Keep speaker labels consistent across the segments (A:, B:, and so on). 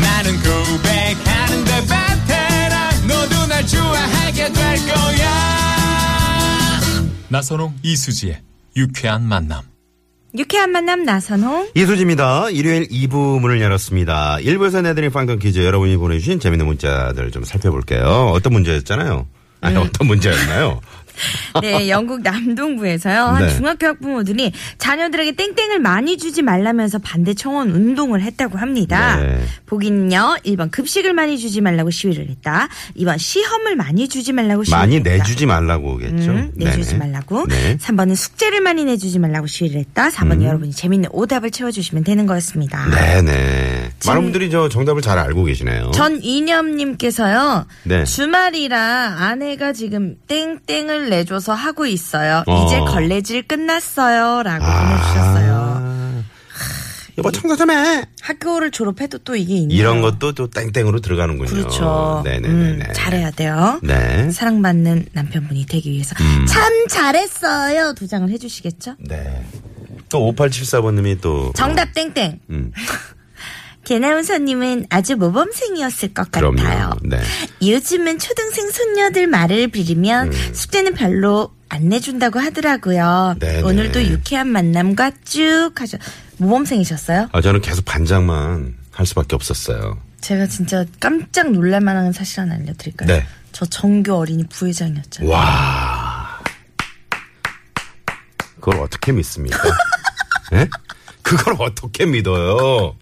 A: 나는 고백하는데 베테랑 너도 날 좋아하게 될 거야. 나선홍 이수지의 유쾌한 만남.
B: 유쾌한 만남 나선홍.
C: 이수지입니다. 일요일 2부 문을 열었습니다. 1부에서 내드린 방금 퀴즈 여러분이 보내주신 재밌는 문자들 좀 살펴볼게요. 어떤 문제였잖아요? 아니,
B: 음.
C: 어떤 문제였나요?
B: 네, 영국 남동부에서요. 한
C: 네.
B: 중학교 학부모들이 자녀들에게 땡땡을 많이 주지 말라면서 반대 청원 운동을 했다고 합니다.
C: 네.
B: 보기는요. 1번 급식을 많이 주지 말라고 시위를 했다. 2번 시험을 많이 주지 말라고 시위를
C: 많이
B: 했다.
C: 내주지 말라고겠죠?
B: 음, 내주지
C: 네네.
B: 말라고.
C: 네. 음.
B: 3번은 숙제를 많이 내주지 말라고 시위를 했다. 4번은 여러분이 재밌는 오답을 채워주시면 되는 거였습니다.
C: 네네. 많은 분들이 저 정답을 잘 알고 계시네요.
B: 전 이념님께서요.
C: 어? 네.
B: 주말이라 아내가 지금 땡땡을 내줘서 하고 있어요.
C: 어.
B: 이제 걸레질 끝났어요라고 보내주셨어요.
C: 아. 여보, 청소 좀 해!
B: 학교를 졸업해도 또 이게 있네요.
C: 이런 것도 또 땡땡으로 들어가는군요.
B: 그렇죠.
C: 네네네네.
B: 음, 잘해야 돼요.
C: 네. 음.
B: 사랑받는 남편분이 되기 위해서 참 잘했어요 도장을 해주시겠죠?
C: 네. 또 5874번님이 또.
B: 정답 땡땡.
C: 음.
B: 개나운서님은 아주 모범생이었을 것 같아요.
C: 그럼요. 네.
B: 요즘은 초등생 손녀들 말을 빌리면 숙제는 별로 안 내준다고 하더라고요.
C: 음. 네네.
B: 오늘도 유쾌한 만남과 쭉 하셔. 모범생이셨어요?
C: 아, 저는 계속 반장만 할 수밖에 없었어요.
B: 제가 진짜 깜짝 놀랄만한 사실 하나 알려드릴까요?
C: 네.
B: 저 정교 어린이 부회장이었잖아요.
C: 와. 그걸 어떻게 믿습니까? 예? 그걸 어떻게 믿어요?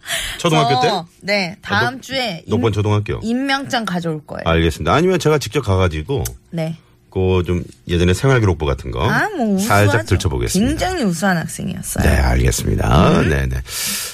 B: 저,
C: 초등학교 때?
B: 네.
C: 아,
B: 다음
C: 녹-
B: 주에
C: 녹번
B: 임-
C: 초등학교.
B: 임명장 가져올 거예요.
C: 알겠습니다. 아니면 제가 직접 가가지고,
B: 네.
C: 그 좀 예전에 생활기록부 같은 거.
B: 아, 뭐 우수하죠.
C: 어? 살짝 들춰보겠습니다.
B: 굉장히 음. 우수한 학생이었어요.
C: 네, 알겠습니다. 네네.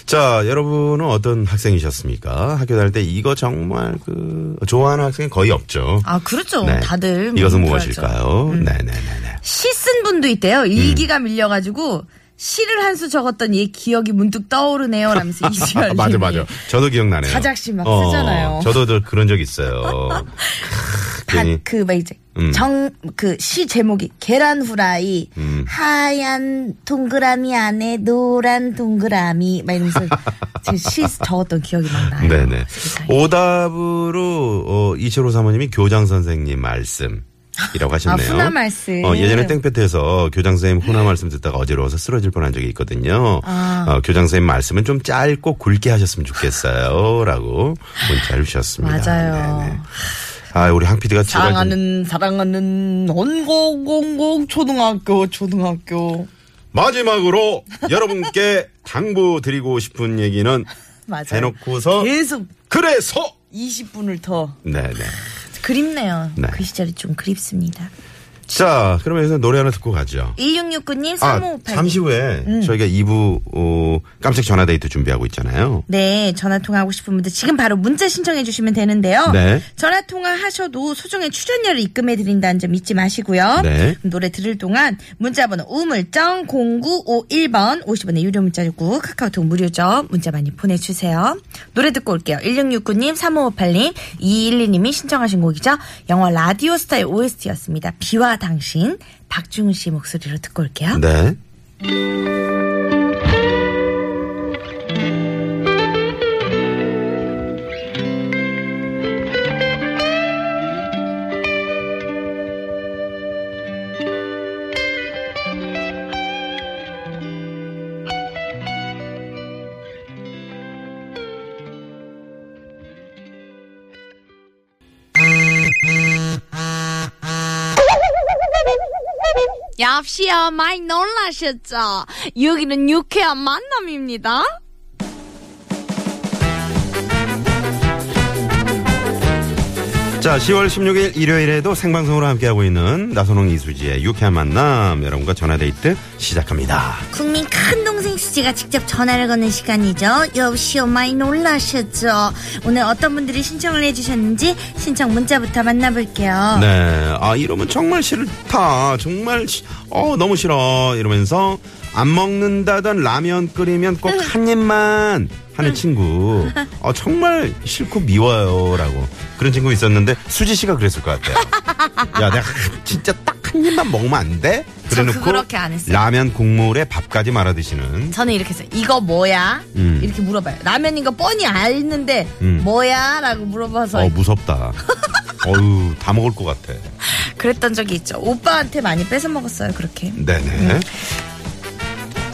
C: 자, 여러분은 어떤 학생이셨습니까? 학교 다닐 때 이거 정말 그, 좋아하는 학생이 거의 없죠.
B: 아, 그렇죠.
C: 네.
B: 다들. 뭐 좋아하죠.
C: 이것은
B: 음.
C: 무엇일까요? 네네네네.
B: 시 쓴 분도 있대요.
C: 음.
B: 일기가 밀려가지고 시를 한 수 적었던 이 기억이 문득 떠오르네요. 라면서 이수열
C: 맞아
B: 님이.
C: 맞아. 저도 기억나네요.
B: 사작시 막 쓰잖아요.
C: 어, 저도 저- 그런 적 있어요. 괜히
B: 그막 이제
C: 음.
B: 정 그 시 제목이 계란 후라이
C: 음.
B: 하얀 동그라미 안에 노란 동그라미 막 이러면서 제가 시 적었던 기억이 막 나요.
C: 네네.
B: 세상에.
C: 오답으로 어, 이철호 사모님이 교장 선생님 말씀. 이라고 하셨네요.
B: 아, 훈화 말씀.
C: 어, 예전에 땡볕에서 교장 선생님 훈화 말씀 듣다가 어지러워서 쓰러질 뻔한 적이 있거든요.
B: 아.
C: 어, 교장 선생님 말씀은 좀 짧고 굵게 하셨으면 좋겠어요라고 문자를 주셨습니다.
B: 맞아요.
C: 네네. 아, 우리 항 PD가 제발 좀
D: 사랑하는 사랑하는 원곡공공 초등학교 초등학교
C: 마지막으로 여러분께 당부드리고 싶은 얘기는
B: 맞아요.
C: 해놓고서
D: 계속
C: 그래서
D: 20분을 더
C: 네네
B: 그립네요.
C: 네.
B: 그 시절이 좀 그립습니다.
C: 자 그러면 여기서 노래 하나 듣고 가죠
B: 1669님
C: 아
B: 3558.
C: 잠시 후에 저희가 2부 어, 깜짝 전화데이트 준비하고 있잖아요
B: 네, 전화 통화하고 싶은 분들 지금 바로 문자 신청해 주시면 되는데요.
C: 네.
B: 전화 통화하셔도 소정의 출연료를 입금해 드린다는 점 잊지 마시고요.
C: 네.
B: 그럼 노래 들을 동안 문자 번호 우물정 0951번 50원의 유료 문자였고 카카오톡 무료죠. 문자 많이 보내 주세요. 노래 듣고 올게요. 1669님, 3558님, 212님이 신청하신 곡이죠. 영화 라디오 스타의 OST였습니다. 비와 당신 박중훈 씨 목소리로 듣고 올게요.
C: 네
E: 역시요 많이 놀라셨죠? 여기는 유쾌한 만남입니다.
C: 자, 10월 16일 일요일에도 생방송으로 함께하고 있는 나선홍 이수지의 유쾌한 만남 여러분과 전화데이트 시작합니다.
B: 국민 큰 동생 수지가 직접 전화를 거는 시간이죠. 여보시오 많이 놀라셨죠. 오늘 어떤 분들이 신청을 해주셨는지 신청 문자부터 만나볼게요.
C: 네. 아, 이러면 정말 싫다. 정말, 시- 어, 너무 싫어. 이러면서 안 먹는다던 라면 끓이면 꼭 한 입만 하는 친구. 어, 정말 싫고 미워요. 라고. 그런 친구 있었는데 수지 씨가 그랬을 것 같아요. 야, 내가 한- 진짜 딱 한 입만 먹으면 안 돼?
B: 저 그렇게 안 했어요.
C: 라면 국물에 밥까지 말아 드시는.
B: 저는 이렇게 했어요. 이거 뭐야?
C: 음.
B: 이렇게 물어봐요. 라면인 거 뻔히 알는데
C: 음.
B: 뭐야? 라고 물어봐서
C: 어, 무섭다. 어우, 다 먹을 것 같아.
B: 그랬던 적이 있죠. 오빠한테 많이 뺏어 먹었어요. 그렇게.
C: 네네.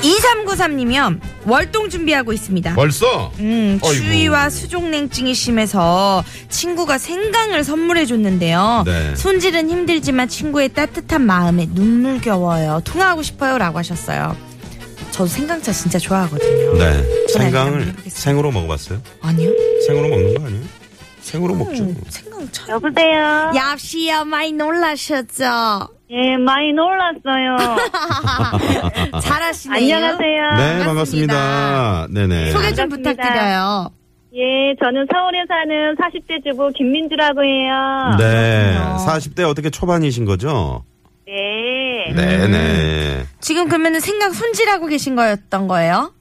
B: 2393님이요. 월동 준비하고 있습니다.
C: 벌써?
B: 음,
C: 어이구.
B: 추위와 수족냉증이 심해서 친구가 생강을 선물해 줬는데요.
C: 네.
B: 손질은 힘들지만 친구의 따뜻한 마음에 눈물겨워요. 통화하고 싶어요라고 하셨어요. 저 생강차 진짜 좋아하거든요.
C: 네.
B: 전화 한번
C: 생강을
B: 해보겠습니다.
C: 생으로 먹어봤어요?
B: 아니요.
C: 생으로 먹는 거 아니에요?
B: 음.
C: 생으로 먹죠.
B: 생강차.
F: 여보세요.
E: 얍시야 많이 놀라셨죠?
F: 예, 많이 놀랐어요.
E: 아, 잘하시네요.
F: 안녕하세요.
C: 네, 반갑습니다. 네네.
E: 소개 좀
F: 반갑습니다.
E: 부탁드려요.
F: 예, 저는 서울에 사는 40대 주부 김민주라고 해요.
C: 네. 40대 어떻게 초반이신 거죠?
F: 네.
C: 네네.
B: 지금 그러면 생강 손질하고 계신 거였던 거예요?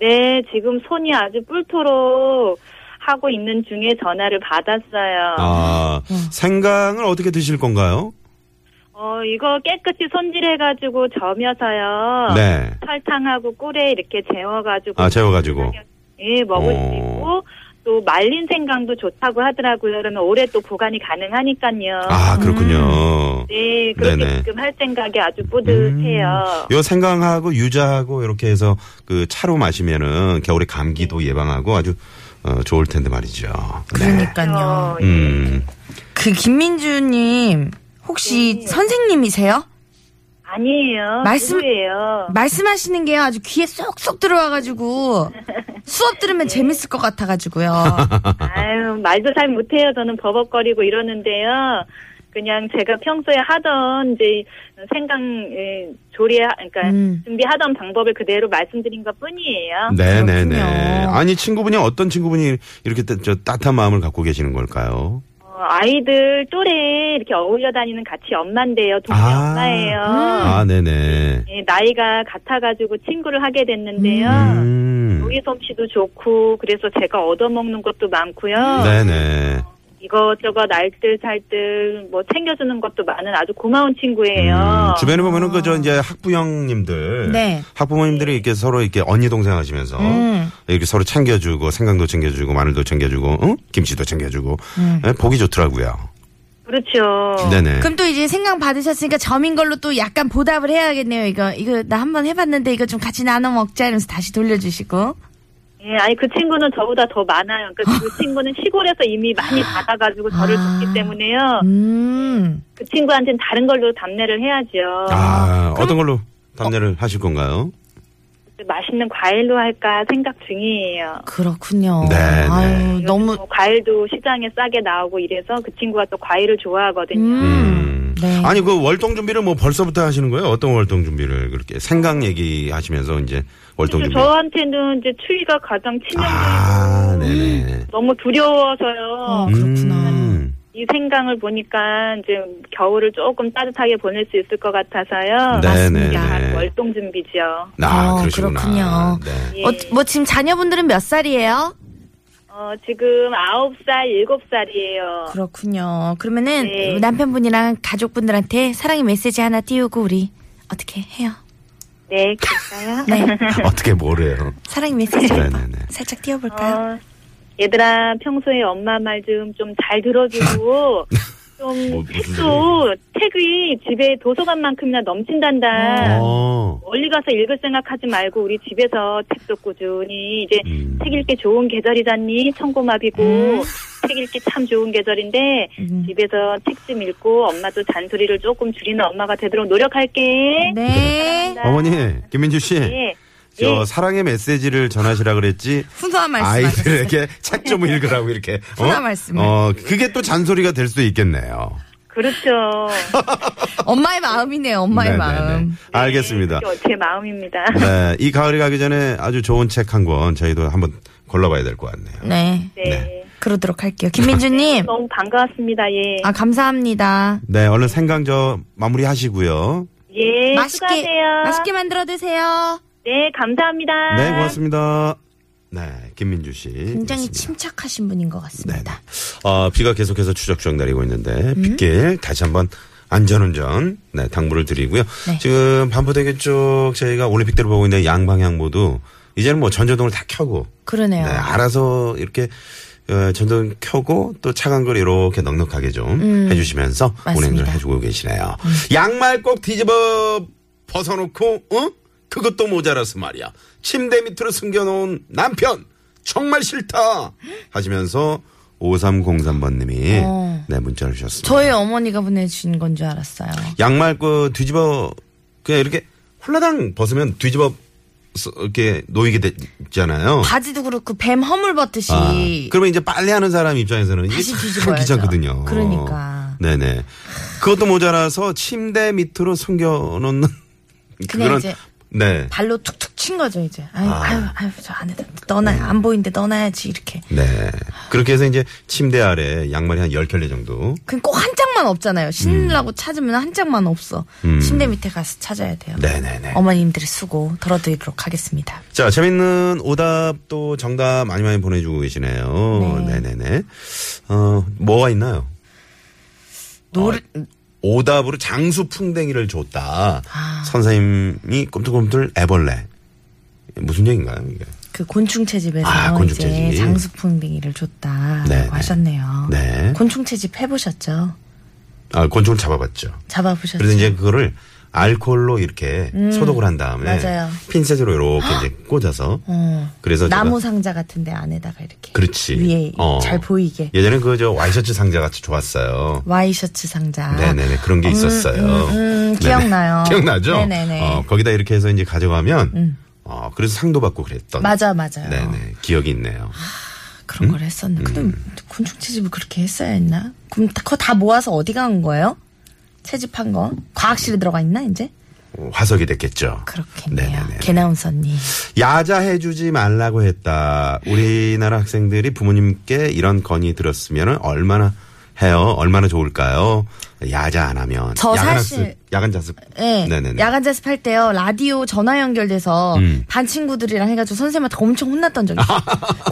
F: 네, 지금 손이 아주 뿔토록 하고 있는 중에 전화를 받았어요.
C: 아, 생강을 어떻게 드실 건가요?
F: 어, 이거 깨끗이 손질해가지고 점여서요.
C: 네.
F: 설탕하고 꿀에 이렇게 재워가지고.
C: 아, 재워가지고.
F: 예, 먹을 수
C: 어.
F: 있고. 또 말린 생강도 좋다고 하더라고요. 그러면 오래 또 보관이 가능하니까요.
C: 아, 그렇군요.
F: 네, 그렇게
C: 네네.
F: 지금 할 생각이 아주
B: 음.
F: 뿌듯해요.
C: 요 생강하고 유자하고 이렇게 해서 그 차로 마시면은 겨울에 감기도 예방하고 아주 어, 좋을 텐데 말이죠. 네.
B: 그러니까요.
F: 어,
C: 음.
B: 그 김민주님 혹시
F: 네.
B: 선생님이세요?
F: 아니에요.
B: 말씀-
F: 누구예요?
B: 말씀하시는 게 아주 귀에 쏙쏙 들어와가지고 수업 들으면 재밌을 것 같아가지고요.
F: 아유, 말도 잘 못해요. 저는 버벅거리고 이러는데요. 그냥 제가 평소에 하던 이제 생강 예, 조리 그러니까
B: 음.
F: 준비하던 방법을 그대로 말씀드린 것 뿐이에요.
C: 네네네.
B: 그렇군요.
C: 아니 친구분이 어떤 친구분이 이렇게 따, 저 따뜻한 마음을 갖고 계시는 걸까요?
F: 어, 아이들 또래 이렇게 어울려 다니는 같이 엄마인데요. 동네
C: 아.
B: 음.
F: 엄마예요.
C: 아 네네.
F: 예, 나이가 같아가지고 친구를 하게 됐는데요.
C: 음.
F: 요리 솜씨도 좋고 그래서 제가 얻어먹는 것도 많고요.
C: 네네.
F: 이것저것 알뜰살뜰 뭐 챙겨주는 것도 많은 아주 고마운 친구예요.
C: 음, 주변에 보면은 그저 이제 학부형님들,
B: 네.
C: 학부모님들이 이렇게 서로 이렇게 언니 동생 하시면서
B: 음.
C: 이렇게 서로 챙겨주고 생강도 챙겨주고 마늘도 챙겨주고 응? 김치도 챙겨주고
B: 음.
C: 예, 보기 좋더라고요.
B: 어.
F: 그렇죠.
C: 네네.
B: 그럼 또 이제 생강 받으셨으니까 점인 걸로 또 약간 보답을 해야겠네요. 이거 이거 나 한번 해봤는데 이거 좀 같이 나눠 먹자 이러면서 다시 돌려주시고.
F: 예, 아니 그 친구는 저보다 더 많아요. 그러니까 그 친구는 시골에서 이미 많이 받아가지고 저를 돕기 때문에요.
B: 음.
F: 그 친구한테는 다른 걸로 담례를 해야죠.
C: 아 어떤 걸로 답례를 하실 건가요?
F: 맛있는 과일로 할까 생각 중이에요.
B: 그렇군요.
C: 네, 네.
B: 아유
F: 요즘
B: 너무.
F: 뭐 과일도 시장에 싸게 나오고 이래서 그 친구가 또 과일을 좋아하거든요.
C: 음.
B: 네.
C: 아니 그 월동 준비를 뭐 벌써부터 하시는 거예요? 어떤 월동 준비를 그렇게 생강 얘기하시면서 이제 월동
F: 그래서
C: 준비.
F: 저한테는 이제 추위가 가장 치명적이고
C: 아, 네네.
F: 너무 두려워서요.
B: 음. 어, 그렇구나.
C: 음.
F: 이 생강을 보니까 이제 겨울을 조금 따뜻하게 보낼 수 있을 것 같아서요.
C: 네네네.
F: 야, 월동 준비죠. 예,
C: 아,
B: 어,
C: 그러시구나.
B: 그렇군요.
C: 네.
B: 어, 뭐 지금 자녀분들은 몇 살이에요?
F: 어, 지금 9살, 7살이에요.
B: 그렇군요. 그러면은
F: 네.
B: 남편분이랑 가족분들한테 사랑의 메시지 하나 띄우고 우리 어떻게 해요?
F: 네, 그럴까요?
B: 네.
C: 어떻게 모래요?
B: 사랑의 메시지
C: 네네네.
B: 한번 살짝 띄워볼까요?
F: 어, 얘들아, 평소에 엄마 말 좀 좀 잘 들어주고,
C: 어,
F: 좀
C: 무슨
F: 책도, 책이 집에 도서관만큼이나 넘친단다.
C: 어.
F: 멀리 가서 읽을 생각하지 말고 우리 집에서 책도 꾸준히 이제
C: 음.
F: 책 읽기 좋은 계절이잖니 천고마비고
B: 음.
F: 책 읽기 참 좋은 계절인데 집에서 책 좀 읽고 엄마도 잔소리를 조금 줄이는 엄마가 되도록 노력할게.
B: 네. 예,
C: 어머니, 김민주 씨.
F: 네.
C: 저 사랑의 메시지를 전하시라 그랬지.
B: 훈훈한 말씀하셨어요.
C: 아이들에게 책 좀 읽으라고 이렇게.
B: 훈훈한 말씀을.
C: 어, 그게 또 잔소리가 될 수도 있겠네요.
F: 그렇죠.
B: 엄마의 마음이네요. 엄마의
C: 네네네.
B: 마음.
C: 알겠습니다.
F: 네, 제 마음입니다.
C: 네, 이 가을이 가기 전에 아주 좋은 책 한 권 저희도 한번 골라봐야 될 것 같네요.
B: 네.
F: 네.
B: 그러도록 할게요. 김민주님.
F: 너무 반가웠습니다. 예.
B: 아 감사합니다.
C: 네, 얼른 생강 저 마무리 하시고요.
F: 예.
B: 맛있게
F: 수고하세요.
B: 맛있게 만들어 드세요.
F: 네, 감사합니다.
C: 네, 고맙습니다. 네, 김민주 씨.
B: 굉장히
C: 고맙습니다.
B: 침착하신 분인 것 같습니다.
C: 어, 비가 계속해서 추적추적 내리고 있는데
F: 음.
C: 빗길 다시 한번 안전운전 네, 당부를 드리고요.
B: 네.
C: 지금 반포대교 쪽 저희가 올림픽대로 보고 있는데 양방향 모두 이제는 뭐 전조등을 다 켜고 네,
B: 그러네요.
C: 알아서 이렇게 어, 전등 켜고 또 차간걸 이렇게 넉넉하게 좀 해주시면서 운행을
B: 음. 맞습니다. 음.
C: 해주고 계시네요. 양말 꼭 뒤집어 벗어놓고 어? 그것도 모자라서 말이야. 침대 밑으로 숨겨놓은 남편 정말 싫다 하시면서 5303번님이
B: 어.
C: 네 문자를 주셨습니다.
B: 저희 어머니가 보내주신 건 줄 알았어요.
C: 양말 그 뒤집어 그냥 이렇게 홀라당 벗으면 뒤집어 서- 이렇게 놓이게 되잖아요.
B: 바지도 그렇고 뱀 허물 벗듯이
C: 아, 그러면 이제 빨래하는 사람 입장에서는 이게
B: 다시
C: 참
B: 뒤집어야죠.
C: 귀찮거든요.
B: 그러니까.
C: 네네. 그것도 모자라서 침대 밑으로 숨겨놓는
B: 그냥
C: 그런
B: 이제
C: 네.
B: 발로 툭툭 친 거죠 이제. 아유 아유 아유 저 안에 떠나 안 보이는데 떠나야지 이렇게.
C: 네. 그렇게 해서 이제 침대 아래 양말이 한 10켤레 정도.
B: 그럼 꼭 한 짝만 없잖아요.
C: 음.
B: 신으려고 찾으면 한 짝만 없어. 침대 밑에 가서 찾아야 돼요.
C: 네네네.
B: 어머님들의 수고 덜어드리도록 하겠습니다.
C: 자, 재밌는 오답 또 정답 많이 많이 보내주고 계시네요. 네. 네네 어, 뭐가 있나요? 어,
B: 노래
C: 오답으로 장수 풍뎅이를 줬다.
B: 아.
C: 선생님이 꿈틀꿈틀 애벌레. 무슨 얘기인가요, 이게?
B: 그 곤충 채집에서
C: 아, 곤충
B: 이제
C: 채집.
B: 장수풍뎅이를 줬다라고
C: 네, 네.
B: 하셨네요.
C: 네.
B: 곤충 채집 해보셨죠?
C: 아, 곤충을 잡아봤죠.
B: 잡아보셨죠?
C: 그래서 이제 그거를 알코올로 이렇게 소독을 한 다음에
B: 음. 맞아요.
C: 핀셋으로 이렇게 이제 꽂아서
B: 어.
C: 그래서
B: 나무
C: 제가-
B: 상자 같은데 안에다가 이렇게
C: 그렇지
B: 위에
C: 어.
B: 잘 보이게
C: 예전에 그 저 와이셔츠 상자 같이 좋았어요.
B: 와이셔츠 상자.
C: 네네네 그런 게 있었어요.
B: 아.
C: 네,
B: 음, 음, 기억나요.
C: 네네. 기억나죠?
B: 네네네. 음.
C: 어, 거기다 이렇게 해서 이제 가져가면 어 그래서 상도 받고 그랬던.
B: 맞아 맞아요.
C: 네네 기억이 있네요. 음?
B: 그런 걸 했었나. 근데 곤충 채집을 그렇게 했어야 했나? 그럼 다- 그거 다 모아서 어디 간 거예요? 채집한 거? 과학실에 들어가 있나 이제?
C: 어, 화석이 됐겠죠.
B: 그렇겠네요.
C: 네네네.
B: 개나운서님.
C: 야자해주지 말라고 했다. 우리나라 학생들이 부모님께 이런 건의 들었으면 얼마나 해요? 얼마나 좋을까요? 야자 안 하면.
B: 저
C: 야간
B: 사실-
C: 학습, 야간 자습.
B: 예.
C: 네네네. 음.
B: 야간 자습할 때요 라디오 전화 연결돼서 반 친구들이랑 해가지고 선생님한테 엄청 혼났던 적이 있어요.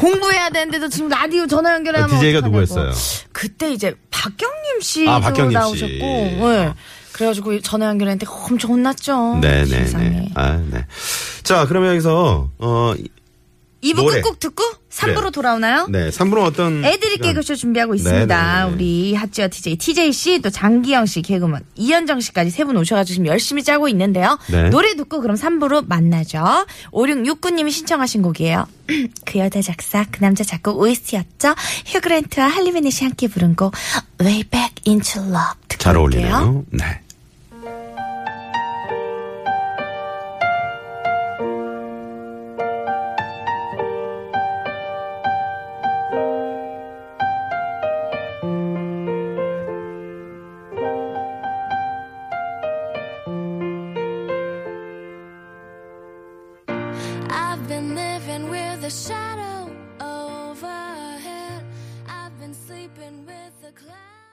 B: 공부해야 되는데도 지금 라디오 전화 연결하면
C: DJ가
B: 어떡하냐고.
C: 아, 누구였어요?
B: 그때 이제 박경림 씨도
C: 아, 박경림 씨. 어.
B: 나오셨고, 예. 그래가지고 전화 연결했는데 엄청 혼났죠.
C: 네네네.
B: 세상에.
C: 아, 네. 자, 그러면 여기서, 어,
B: 2부
C: 노래.
B: 끝곡 듣고 3부로
C: 그래요.
B: 돌아오나요?
C: 네. 3분은 어떤.
B: 애들이
C: 시간-
B: 개그쇼 준비하고 있습니다.
C: 네. 네네네.
B: 우리 핫지와 TJ, TJ 씨, 또 장기영 씨, 개그맨 이현정 씨까지 세 분 오셔가지고 지금 열심히 짜고 있는데요.
C: 네.
B: 노래 듣고 그럼 3부로 만나죠. 5669님이 신청하신 곡이에요. 그 여자 작사, 그 남자 작곡 OST였죠. 휴그랜트와 할리베넷이 함께 부른 곡 Way Back Into Love 듣고
C: 잘
B: 올게요.
C: 어울리네요. 네.
E: I've been living with a shadow overhead. I've been sleeping with the clouds.